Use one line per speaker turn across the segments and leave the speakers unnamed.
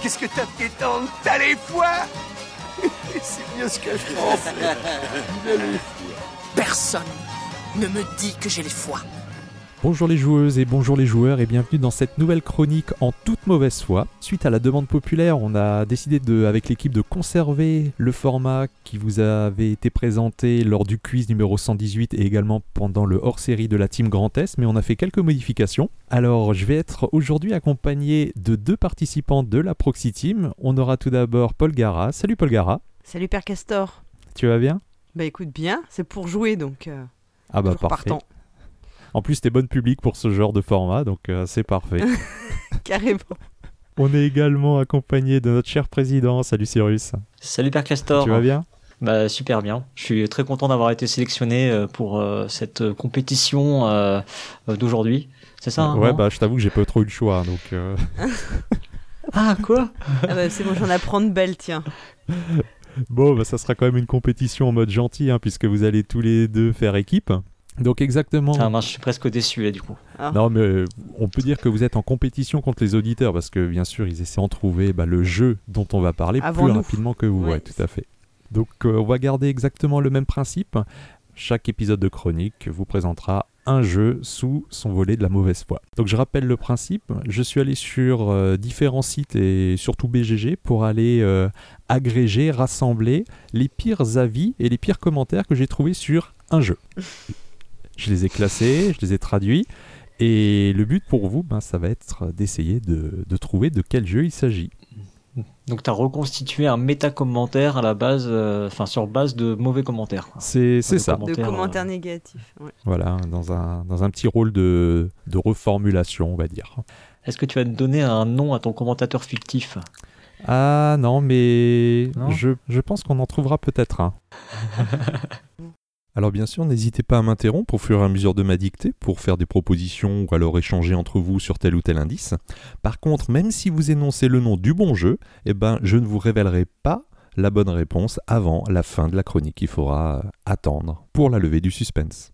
Qu'est-ce que t'as fait tant T'as les foies C'est mieux ce que je pensais. Il a les foies.
Personne ne me dit que j'ai les foies.
Bonjour les joueuses et bonjour les joueurs et bienvenue dans cette nouvelle chronique en toute mauvaise foi. Suite à la demande populaire, on a décidé de, avec l'équipe de conserver le format qui vous avait été présenté lors du quiz numéro 118 et également pendant le hors-série de la team Grand Est, mais on a fait quelques modifications. Alors je vais être aujourd'hui accompagné de deux participants de la Proxy Team. On aura tout d'abord Paul Gara. Salut Paul Gara.
Salut Père Castor.
Tu vas bien
Bah écoute bien, c'est pour jouer donc. euh,
Ah bah
toujours
parfait.
partant.
En plus t'es bonne publique pour ce genre de format, donc euh, c'est parfait.
Carrément.
On est également accompagné de notre cher président. Salut Cyrus.
Salut Père Castor.
Tu vas bien
hein.
Bah super bien. Je suis très content d'avoir été sélectionné euh, pour euh, cette euh, compétition euh, euh, d'aujourd'hui. C'est ça hein,
Ouais,
non
bah je t'avoue que j'ai pas trop eu le choix. Donc, euh,
Ah quoi
Ah bah c'est bon, j'en apprends de belles, tiens.
Bon, bah, ça sera quand même une compétition en mode gentil, hein, puisque vous allez tous les deux faire équipe. Donc exactement.
Ah mince, je suis presque déçu là du coup.
Non, mais euh, on peut dire que vous êtes en compétition contre les auditeurs, parce que bien sûr, ils essaient d'en trouver bah, le jeu dont on va parler
Avant
plus
nous.
rapidement que vous.
Ouais.
Ouais, tout à fait. Donc euh, on va garder exactement le même principe. Chaque épisode de chronique vous présentera un jeu sous son volet de la mauvaise foi. Donc je rappelle le principe, je suis allé sur euh, différents sites et surtout BGG pour aller euh, agréger, rassembler les pires avis et les pires commentaires que j'ai trouvés sur un jeu. Je les ai classés, je les ai traduits et le but pour vous, ben, ça va être d'essayer de, de trouver de quel jeu il s'agit.
Donc t'as reconstitué un méta commentaire à la base, euh, enfin sur base de mauvais commentaires. quoi.
C'est c'est
Des
ça.
De
commentaires,
commentaires
euh,
négatifs. ouais.
Voilà, dans un, dans un petit rôle de, de reformulation, on va dire.
Est-ce que tu vas te donner un nom à ton commentateur fictif
Ah non, mais
Non
je, je pense qu'on en trouvera peut-être un.
Alors bien sûr, n'hésitez pas à m'interrompre au fur et à mesure de ma dictée pour faire des propositions ou alors échanger entre vous sur tel ou tel indice. Par contre, même si vous énoncez le nom du bon jeu, eh ben, je ne vous révélerai pas la bonne réponse avant la fin de la chronique. Il faudra euh, attendre pour la levée du suspense.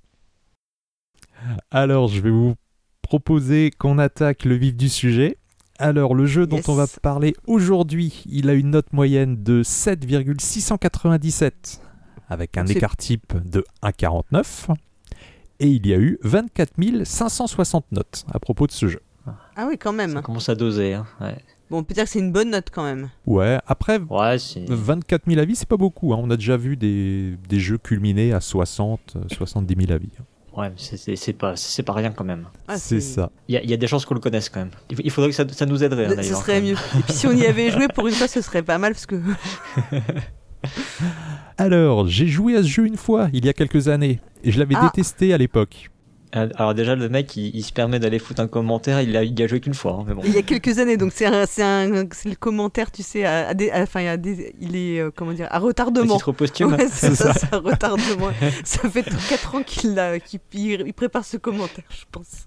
Alors, je vais vous proposer qu'on attaque le vif du sujet. Alors, le jeu dont
Yes.
on va parler aujourd'hui, il a une note moyenne de 7,697, avec un
Donc c'est-
écart type de 1,49. Et il y a eu 24 560 notes à propos de ce jeu.
Ah oui, quand
Ça
même.
commence à doser. Hein. Ouais,
Bon, on peut dire que c'est une bonne note quand même.
Ouais, après,
ouais c'est.
24 000 avis, c'est pas beaucoup. hein. On a déjà vu des, des jeux culminés à 60, euh, 70 000 avis.
Ouais, c'est- c'est c'est pas, c'est pas rien quand même.
Ah,
c'est ça.
Il y, a- il y a des chances qu'on le connaisse quand même. Il f- il faudrait que ça, ça nous aiderait. hein,
Ce
d'ailleurs, quand
serait
même.
mieux. Et puis si on y avait joué pour une fois, ce serait pas mal parce que.
Alors, j'ai joué à ce jeu une fois, il y a quelques années, et je l'avais
Ah.
détesté à l'époque.
Euh, Alors déjà le mec il, il se permet d'aller foutre un commentaire, il a, il y a joué qu'une fois, hein, mais bon.
Il y a quelques années, donc c'est un, c'est un- c'est le commentaire, tu sais, à, à des- à- enfin, à des- il est euh, comment dire, à
À
retardement.
titre posthume.
Ouais, c'est ça, c'est un retardement. ça fait 4 ans qu'il l'a- qu'il- il- il prépare ce commentaire, je pense.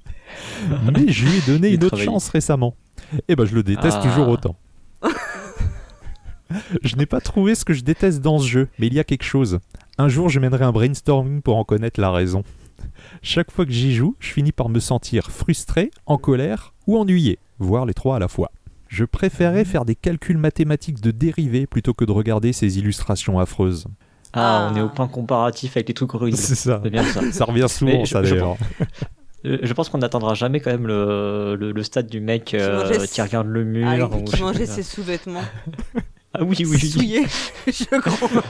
Mais je lui ai donné
Il
une autre
travaille.
chance récemment. Et ben, je le déteste
Ah.
toujours autant. je n'ai pas trouvé ce que je déteste dans ce jeu, mais il y a quelque chose. Un jour, je mènerai un brainstorming pour en connaître la raison. Chaque fois que j'y joue, je finis par me sentir frustré, en colère ou ennuyé, voire les trois à la fois. Je préférais faire des calculs mathématiques de dérivés plutôt que de regarder ces illustrations affreuses.
Ah,
Ah.
on est au point comparatif avec les trucs horribles.
C'est ça.
C'est bien ça.
Ça revient souvent,
Mais je-
ça
je
d'ailleurs.
Euh, Je pense qu'on n'atteindra jamais quand même le, le, le stade du mec euh,
mangeait
qui regarde le mur.
Ah,
ou-
oui, qui mangeait ses sous-vêtements.
Ah oui,
C'est
oui, oui,
souillé, je crois.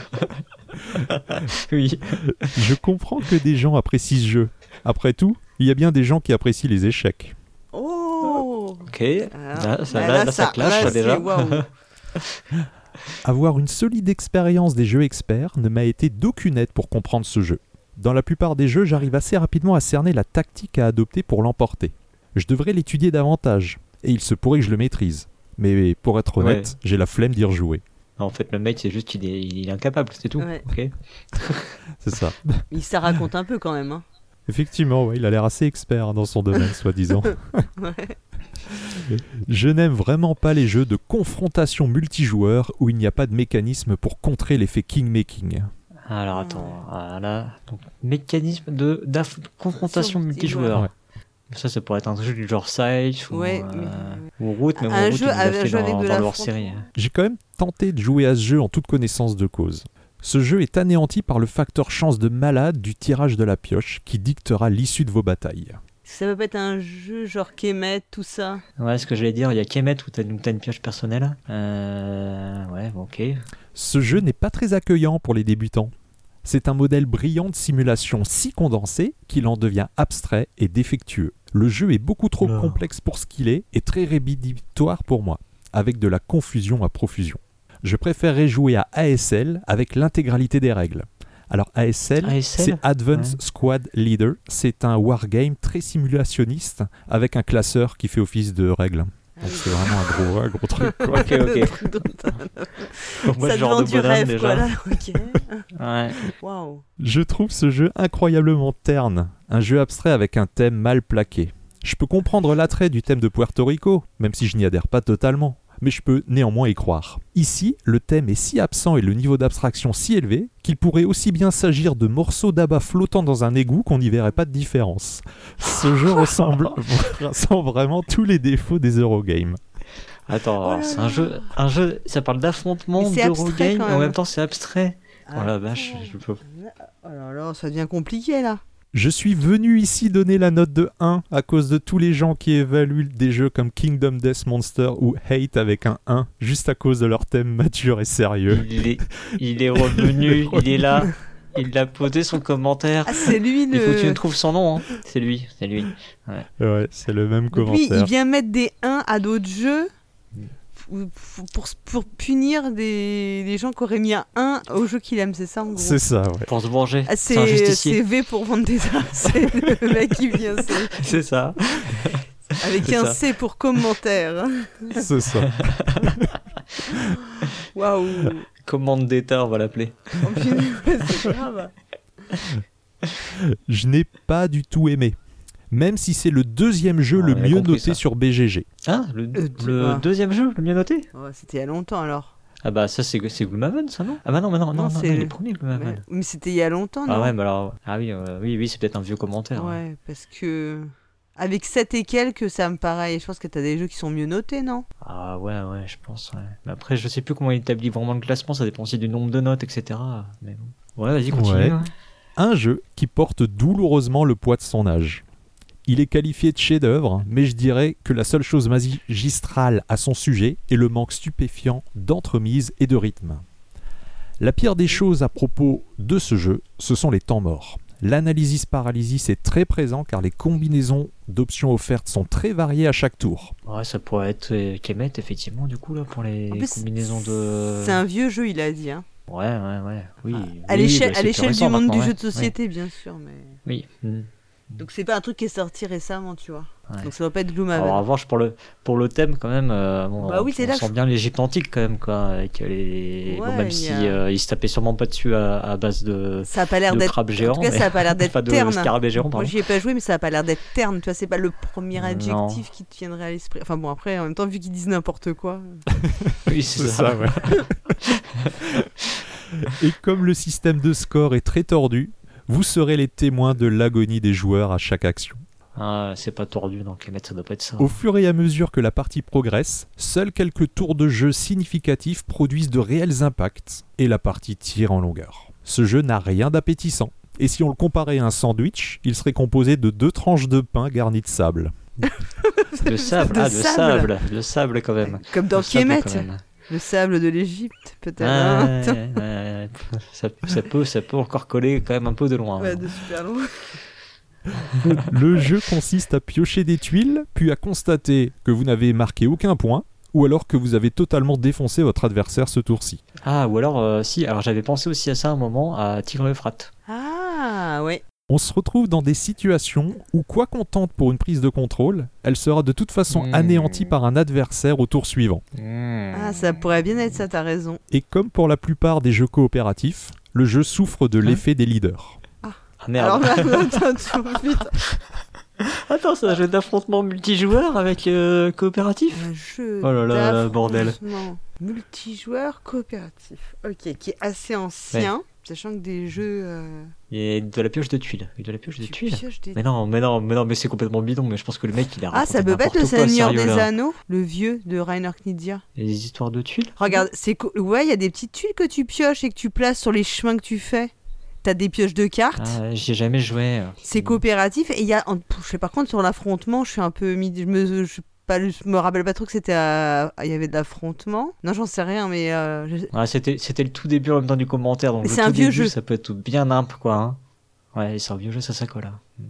oui.
Je comprends que des gens apprécient ce jeu. Après tout, il y a bien des gens qui apprécient les échecs.
Oh
Ok. Là, ça,
Bah,
là, là, ça clash
là,
ça, déjà.
c'est waouh.
Avoir une solide expérience des jeux experts ne m'a été d'aucune aide pour comprendre ce jeu. Dans la plupart des jeux, j'arrive assez rapidement à cerner la tactique à adopter pour l'emporter. Je devrais l'étudier davantage, et il se pourrait que je le maîtrise. Mais pour être honnête, j'ai la flemme d'y rejouer.
En fait, le mec, c'est juste qu'il est, il est incapable, c'est tout.
Ouais.
Ok.
C'est ça.
Il ça raconte un peu quand même. hein.
Effectivement, ouais, il a l'air assez expert hein, dans son domaine, soi-disant. Je n'aime vraiment pas les jeux de confrontation multijoueur où il n'y a pas de mécanisme pour contrer l'effet king-making.
Ah,
Alors ah, attends, ah, là, donc mécanisme de d'aff- confrontation
Sur-
multijoueur.
Ouais.
Ça, ça pourrait être un jeu du genre Scythe ou,
Ouais,
euh,
mais-
ou Route, mais
Un
bon, Route,
jeu
ils l'ont
avec-
fait
jeu
dans,
avec de
dans
l'affront.
leur série. hein.
J'ai quand même tenté de jouer à ce jeu en toute connaissance de cause. Ce jeu est anéanti par le facteur chance de malade du tirage de la pioche qui dictera l'issue de vos batailles.
Ça peut pas être un jeu genre Kemet, tout ça.
Ouais, ce que j'allais dire, il y a Kemet où t'as où t'as une pioche personnelle. Euh, ouais, bon, ok.
Ce jeu n'est pas très accueillant pour les débutants. C'est un modèle brillant de simulation si condensé qu'il en devient abstrait et défectueux. Le jeu est beaucoup trop
Non.
complexe pour ce qu'il est et très rédhibitoire pour moi, avec de la confusion à profusion. Je préférerais jouer à ASL avec l'intégralité des règles. Alors ASL,
ASL?
c'est Advanced
Ouais.
Squad Leader, c'est un wargame très simulationniste avec un classeur qui fait office de règles.
Ah
Donc c'est vraiment un gros, un gros truc. quoi.
Ok, Ah, ok. Pour moi,
ça
ce genre
devient
de
du
bonhomme,
rêve,
déjà.
quoi, là. Ok.
Ouais.
Waouh.
Je trouve ce jeu incroyablement terne, un jeu abstrait avec un thème mal plaqué. Je peux comprendre l'attrait du thème de Puerto Rico, même si je n'y adhère pas totalement, mais je peux néanmoins y croire. Ici, le thème est si absent et le niveau d'abstraction si élevé qu'il pourrait aussi bien s'agir de morceaux d'abat flottants dans un égout qu'on n'y verrait pas de différence. Ce jeu ressemble, ressemble vraiment tous les défauts des Eurogames.
Oh
Attends, alors,
là
c'est
là.
un jeu, un jeu, ça parle d'affrontement,
Mais c'est abstrait,
d'Eurogame,
quand
et en
même.
même temps c'est abstrait. oh la
Ah,
vache,
putain.
je peux.
Oh là là, ça devient compliqué, là.
Je suis venu ici donner la note de 1 à cause de tous les gens qui évaluent des jeux comme Kingdom Death Monster ou Hate avec un 1, juste à cause de leur thème mature et sérieux.
Il est, il est revenu, il est là, il a posé son commentaire.
Ah, c'est lui, le...
Il faut que tu nous trouves son nom, hein. C'est lui, c'est lui. Mm.
Ouais, c'est le même
Lui, il
commentaire.
vient mettre des 1 à d'autres jeux f- f- pour, pour punir des, des gens qui auraient mis un 1 au jeu qu'il aime, c'est ça en gros
C'est ça, ouais.
Pour se venger.
Ah,
c'est un
c'est c'est
justicier.
V pour vendre des arts, c'est le mec qui vient c'est-
C'est ça.
avec
C'est
un
ça.
C pour commentaire.
C'est ça.
Waouh
Commande d'État, on va l'appeler.
Oh, putain, C'est grave
Je n'ai pas du tout aimé. Même si c'est le deuxième jeu
On
le
avait
mieux
compris
noté
ça.
sur BGG.
Ah, le,
Euh, tu
le
vois.
deuxième jeu, le mieux noté
Oh, C'était il y a longtemps alors.
Ah bah ça c'est c'est Gloomhaven ça non Ah bah non, bah non, non,
Non,
non,
c'est-
non, il est premier Gloomhaven.
Ouais. Mais c'était il y a longtemps, non
Ah ouais, bah alors. Ah oui, euh, oui, oui, c'est peut-être un vieux commentaire. hein.
Ouais, parce que. Avec 7 et quelques, ça me paraît. Je pense que t'as des jeux qui sont mieux notés, non
Ah ouais, ouais, je pense. Ouais. Mais après, je sais plus comment il établit vraiment le classement, ça dépend aussi du nombre de notes, etc. Mais bon. Ouais, vas-y, continue.
Ouais.
hein.
Un jeu qui porte douloureusement le poids de son âge. Il est qualifié de chef-d'œuvre, mais je dirais que la seule chose magistrale à son sujet est le manque stupéfiant d'entremise et de rythme. La pire des choses à propos de ce jeu, ce sont les temps morts. L'analysis-paralysis est très présent car les combinaisons d'options offertes sont très variées à chaque tour.
Ouais, ça pourrait être euh, Kemet, effectivement, du coup, là, pour les
En plus,
combinaisons de.
C'est un vieux jeu, il a dit. Hein. Ah,
Ouais, ouais, ouais. Oui.
À
oui,
l'échelle,
bah,
à
c'est plus
l'échelle du
récent
monde
maintenant,
du
ouais.
jeu de société, bien sûr, mais
Oui. oui. Mm.
donc c'est pas un truc qui est sorti récemment, tu vois.
Ouais.
Donc ça doit pas être
Alors, en
Gloomhaven.
revanche, pour le, pour le thème, quand même, euh, bon,
Bah
on,
oui, c'est
on
là que
sent bien l'Égypte antique, quand même, quoi. Avec les... bon,
Ouais,
même
il y
si
a-
euh, il se tapait sûrement pas dessus à, à base de,
Ça a pas l'air
de
d'être.
crabes
En
géants.
tout cas,
mais-
ça a pas l'air
Enfin,
d'être
de
terne.
scarabées géants,
Moi,
pardon.
j'y ai pas joué, mais ça a pas l'air d'être terne. Tu vois, c'est pas le premier
Non.
adjectif qui te viendrait à l'esprit. Enfin bon, après, en même temps, vu qu'ils disent n'importe quoi.
Oui, c'est ça.
ouais. et comme le système de score est très tordu, vous serez les témoins de l'agonie des joueurs à chaque action.
Ah, c'est pas tordu, donc Kemet, ça doit pas être ça.
Au fur et à mesure que la partie progresse, seuls quelques tours de jeu significatifs produisent de réels impacts et la partie tire en longueur. Ce jeu n'a rien d'appétissant. Et si on le comparait à un sandwich, il serait composé de deux tranches de pain garnies de sable.
Le sable,
de
ah, le
sable.
sable, le sable quand même.
euh, Comme dans
Euh, Le sable, Ah.
Kemet,
quand même.
le sable de l'Égypte, peut-être. hein.
Ouais, ouais, ouais, ouais. ça, ça peut, ça peut encore coller quand même un peu de loin.
hein. Ouais, de super long.
Le jeu consiste à piocher des tuiles, puis à constater que vous n'avez marqué aucun point, ou alors que vous avez totalement défoncé votre adversaire ce tour-ci.
Ah, ou alors, euh, si, alors j'avais pensé aussi à ça un moment, à Tigre Euphrate.
Ah ouais.
On se retrouve dans des situations où, quoi qu'on tente pour une prise de contrôle, elle sera de toute façon
Mmh.
anéantie par un adversaire au tour suivant.
Ah ça
Euh.
pourrait bien être ça. T'as raison.
Et comme pour la plupart des jeux coopératifs, le jeu souffre de
Hein
l'effet des leaders.
Ah,
Alors
merde.
là, attends, tu- putain.
Attends, c'est un jeu d'affrontement multijoueur avec euh, coopératif
Un jeu.
Oh là là,
d'affrontement
bordel.
Multijoueur coopératif. Ok, qui est assez ancien. Sachant que des jeux. euh,
Et de la pioche de tuiles. Et de la pioche de
tu
tuiles.
pioches des-
Mais non, mais non, mais non, mais c'est complètement bidon. Mais je pense que le mec, il a
Ah, ça
raconté
peut pas être le
n'importe quoi,
Seigneur
sérieux,
des
là.
Anneaux, le vieux de Rainer Knizia.
Les histoires de tuiles
Regarde, c'est cou- ouais, il y a des petites tuiles que tu pioches et que tu places sur les chemins que tu fais. T'as des pioches de cartes.
Ah, j'y ai jamais joué.
C'est coopératif et il y a, en- pff, je sais par contre sur l'affrontement, je suis un peu, mid- je me, je, suis pas, je me rappelle pas trop que c'était, à- il y avait de l'affrontement. Non, j'en sais rien, mais euh, je-
Ah, c'était, c'était le tout début en même temps du commentaire. Donc
Mais
le
c'est
tout
un vieux
début,
jeu.
Ça peut être tout bien nimp, quoi. hein. Ouais, c'est un vieux jeu, ça, ça colle. hein.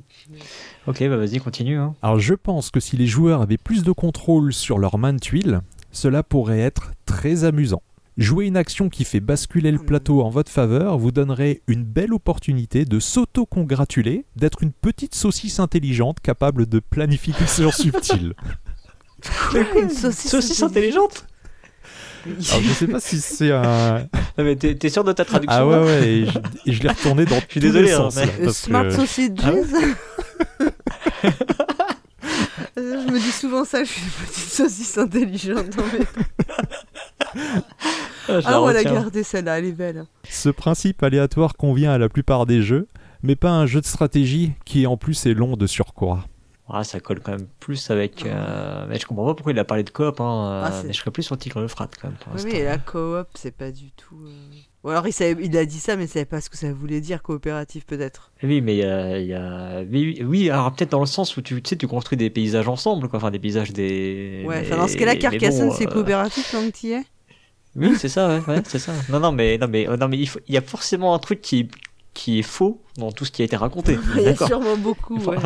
Ok, bah vas-y, continue. hein.
Alors je pense que si les joueurs avaient plus de contrôle sur leur main de tuile, cela pourrait être très amusant. Jouer une action qui fait basculer le plateau en votre faveur vous donnerait une belle opportunité de s'auto-congratuler d'être une petite saucisse intelligente capable de planification subtile.
une saucisse,
Saucisse intelligente Ah,
Alors je sais pas si c'est un...
Non, mais t'es, t'es sûr de ta traduction
Ah ouais
là
ouais, et je, et je l'ai retourné dans tous
désolé,
les
hein,
sens.
mais-
là,
Euh,
parce
Smart
que-
sausages.
Ah ouais
Euh, je me dis souvent ça, je suis une petite saucisse intelligente. non, mais-
Ah, je la
Ah, on va la
retiens.
garder celle-là, elle est belle.
Ce principe aléatoire convient à la plupart des jeux, mais pas à un jeu de stratégie qui en plus est long de surcroît.
Ah, ça colle quand même plus avec. euh, Mais je comprends pas pourquoi il a parlé de coop. Hein.
Ah,
euh,
c'est-
mais je serais plus sur Tigre le Frat quand même. Pour
Oui,
l'instant.
mais la coop, c'est pas du tout. euh, Ou alors il, savait- il a dit ça, mais il savait pas ce que ça voulait dire coopératif peut-être.
Oui, mais il y a, il y a- oui, oui, oui, alors peut-être dans le sens où tu, tu sais, tu construis des paysages ensemble, quoi. Enfin, des paysages des.
Ouais,
mais-
enfin, dans ce cas-là,
mais bon,
Carcassonne, c'est
euh,
coopératif tant que t'y es.
Oui, c'est ça, ouais, ouais, c'est ça. Non, non, mais, non, mais, euh, non, mais il, faut- il y a forcément un truc qui, qui est faux dans tout ce qui a été raconté.
Il y a
D'accord.
sûrement beaucoup. ouais.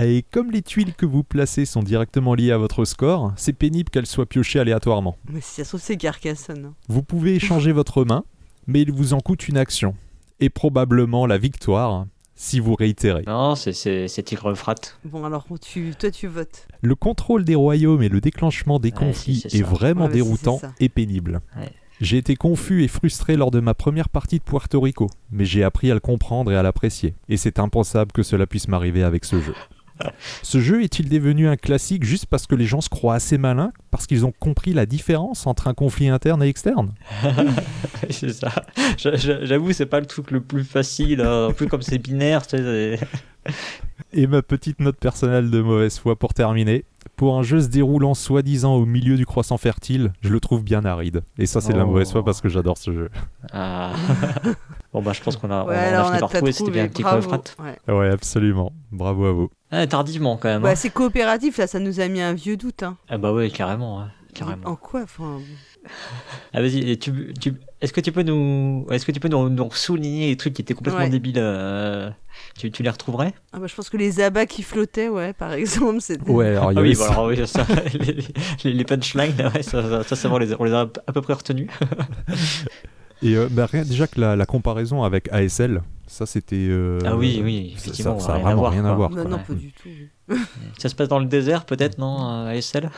Et comme les tuiles que vous placez sont directement liées à votre score, c'est pénible qu'elles soient piochées aléatoirement.
Mais si ça se trouve, c'est Carcassonne. hein.
Vous pouvez échanger votre main, mais il vous en coûte une action, et probablement la victoire, si vous réitérez.
Non, c'est, c'est, c'est Tigre Frat.
Bon, alors tu, toi, tu votes.
Le contrôle des royaumes et le déclenchement des
Ouais,
conflits
si, c'est
est
ça.
vraiment
Ouais, mais si,
déroutant
c'est ça.
et pénible.
Ouais.
J'ai été confus et frustré lors de ma première partie de Puerto Rico, mais j'ai appris à le comprendre et à l'apprécier. Et c'est impensable que cela puisse m'arriver avec ce jeu. Ce jeu est-il devenu un classique juste parce que les gens se croient assez malins, parce qu'ils ont compris la différence entre un conflit interne et externe
c'est ça. Je- je- J'avoue, c'est pas le truc le plus facile. hein. En plus, comme c'est binaire, tu sais, c'est-
Et ma petite note personnelle de mauvaise foi pour terminer. Pour un jeu se déroulant soi-disant au milieu du croissant fertile, je le trouve bien aride. Et ça, c'est de la
Oh.
mauvaise foi parce que j'adore ce jeu.
Ah. bon, bah, je pense qu'on a,
Ouais,
on,
alors
a
on
fini
a
par
pas
trouver. C'était
trouvé.
bien Tigre
Bravo.
Frat.
Ouais.
Ouais, absolument. Bravo à vous.
Ah, tardivement, quand même. hein.
Bah, c'est coopératif, là, ça nous a mis un vieux doute. Hein.
Ah, bah, ouais, carrément. ouais, Carrément.
En quoi enfin,
Ah, vas-y, et tu, tu, est-ce que tu peux nous, est-ce que tu peux nous, nous souligner les trucs qui étaient complètement
Ouais.
débiles euh, tu, tu les retrouverais
ah, bah, Je pense que les abats qui flottaient, ouais, par exemple, c'était.
Ouais, alors il y
Ah
avait
oui,
ça.
voilà, oui, ça, les, les- les punchlines, ouais, ça, ça, ça, c'est bon, on les, a- on les a à peu près retenus.
Et euh, bah, rien- déjà que la, la comparaison avec ASL, ça c'était. euh,
ah oui, oui,
ça-
effectivement.
Ça, ça a
rien
vraiment rien à
quoi.
voir.
Non,
quoi.
non,
ouais.
pas du tout.
Ça se passe dans le désert, peut-être, non, euh, ASL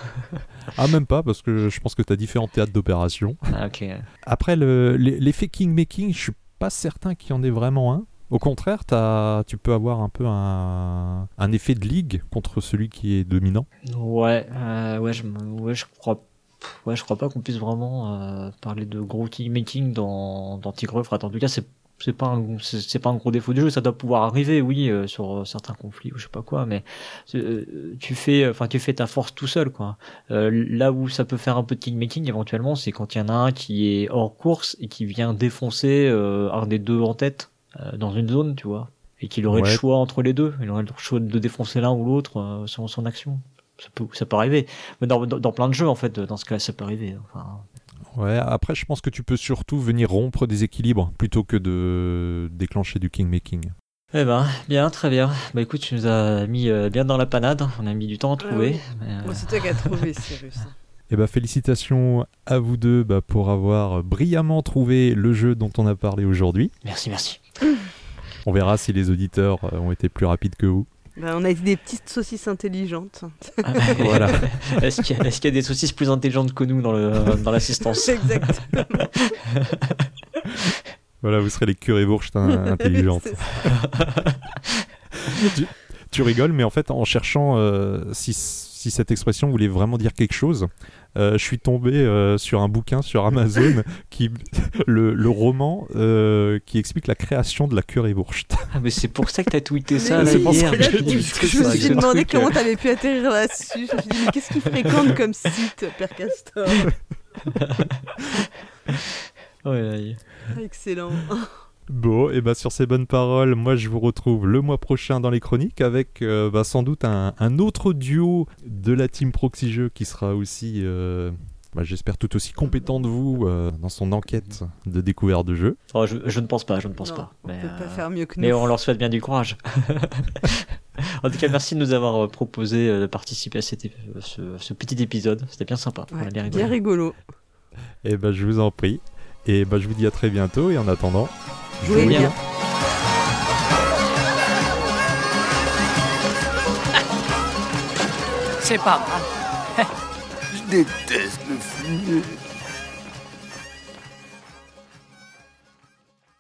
Ah, même pas, parce que je pense que t'as différents théâtres d'opération.
ah, Ok.
Après, le- les, les faking-making, je suis pas certain qu'il y en ait vraiment un. Au contraire, t'as- tu peux avoir un peu un, un effet de ligue contre celui qui est dominant.
Ouais, euh, ouais, je, me- ouais, je crois. pff, Ouais, je crois pas qu'on puisse vraiment euh, parler de gros team making dans, dans Tigre Frat. En tout cas, c'est c'est pas un c'est c'est pas un gros défaut du jeu. Ça doit pouvoir arriver, oui, euh, sur euh, certains conflits ou je sais pas quoi. Mais c'est, euh, tu fais, enfin, tu fais ta force tout seul, quoi. Euh, là où ça peut faire un peu de team making éventuellement, c'est quand il y en a un qui est hors course et qui vient défoncer euh, un des deux en tête euh, dans une zone, tu vois, et qu'il aurait
Ouais.
le choix entre les deux. Il aurait le choix de défoncer l'un ou l'autre euh, selon son action ça peut, ça peut arriver. Mais dans, dans, dans plein de jeux, en fait, dans ce cas-là, ça peut arriver. Enfin,
Ouais, après, je pense que tu peux surtout venir rompre des équilibres plutôt que de déclencher du king-making.
eh ben, bien, très bien. Bah écoute, tu nous as mis euh, bien dans la panade. On a mis du temps à trouver. mais, euh,
Bon, c'est toi qui as trouvé, Cyrus.
Eh ben, félicitations à vous deux bah, pour avoir brillamment trouvé le jeu dont on a parlé aujourd'hui.
merci, merci.
On verra si les auditeurs euh, ont été plus rapides que vous.
Bah, on a été des petites saucisses intelligentes.
Voilà.
Est-ce qu'il y, a- est-ce qu'il y a des saucisses plus intelligentes que nous dans le dans l'assistance
exact.
Voilà, vous serez les curés-bourges intelligentes.
C'est ça.
tu rigoles, mais en fait, en cherchant euh, si, si cette expression voulait vraiment dire quelque chose. Euh, je suis tombé euh, sur un bouquin sur Amazon, qui, le, le roman euh, qui explique la création de la currywurst.
Ah, mais c'est pour ça que t'as tweeté ça
Mais
là,
c'est
pour ça
hier.
que j'ai tweeté
Qu'est-ce que
Je me
c'est
suis
que ce
demandé
truc,
comment t'avais pu atterrir là-dessus. Je me suis dit, mais qu'est-ce qu'il fréquente comme site, Père Castor
euh, ouais, ouais.
Excellent.
Bon, et bah sur ces bonnes paroles, moi je vous retrouve le mois prochain dans les chroniques avec euh, bah, sans doute un, un autre duo de la team Proxy Jeux qui sera aussi, euh, bah, j'espère, tout aussi compétent de vous euh, dans son enquête de découverte de jeu.
Oh, je, je ne pense pas, je ne pense
Non,
pas.
On
Mais,
peut
euh,
pas faire mieux que nous.
mais on leur souhaite bien du courage. en tout cas, merci de nous avoir euh, proposé euh, de participer à cet ép- euh, ce, ce petit épisode. C'était bien sympa.
Ouais,
On a bien rigolé.
bien rigolo.
Et bah je vous en prie. Et bah je vous dis à très bientôt et en attendant,
Jouez bien.
C'est pas mal.
Je déteste le fumier.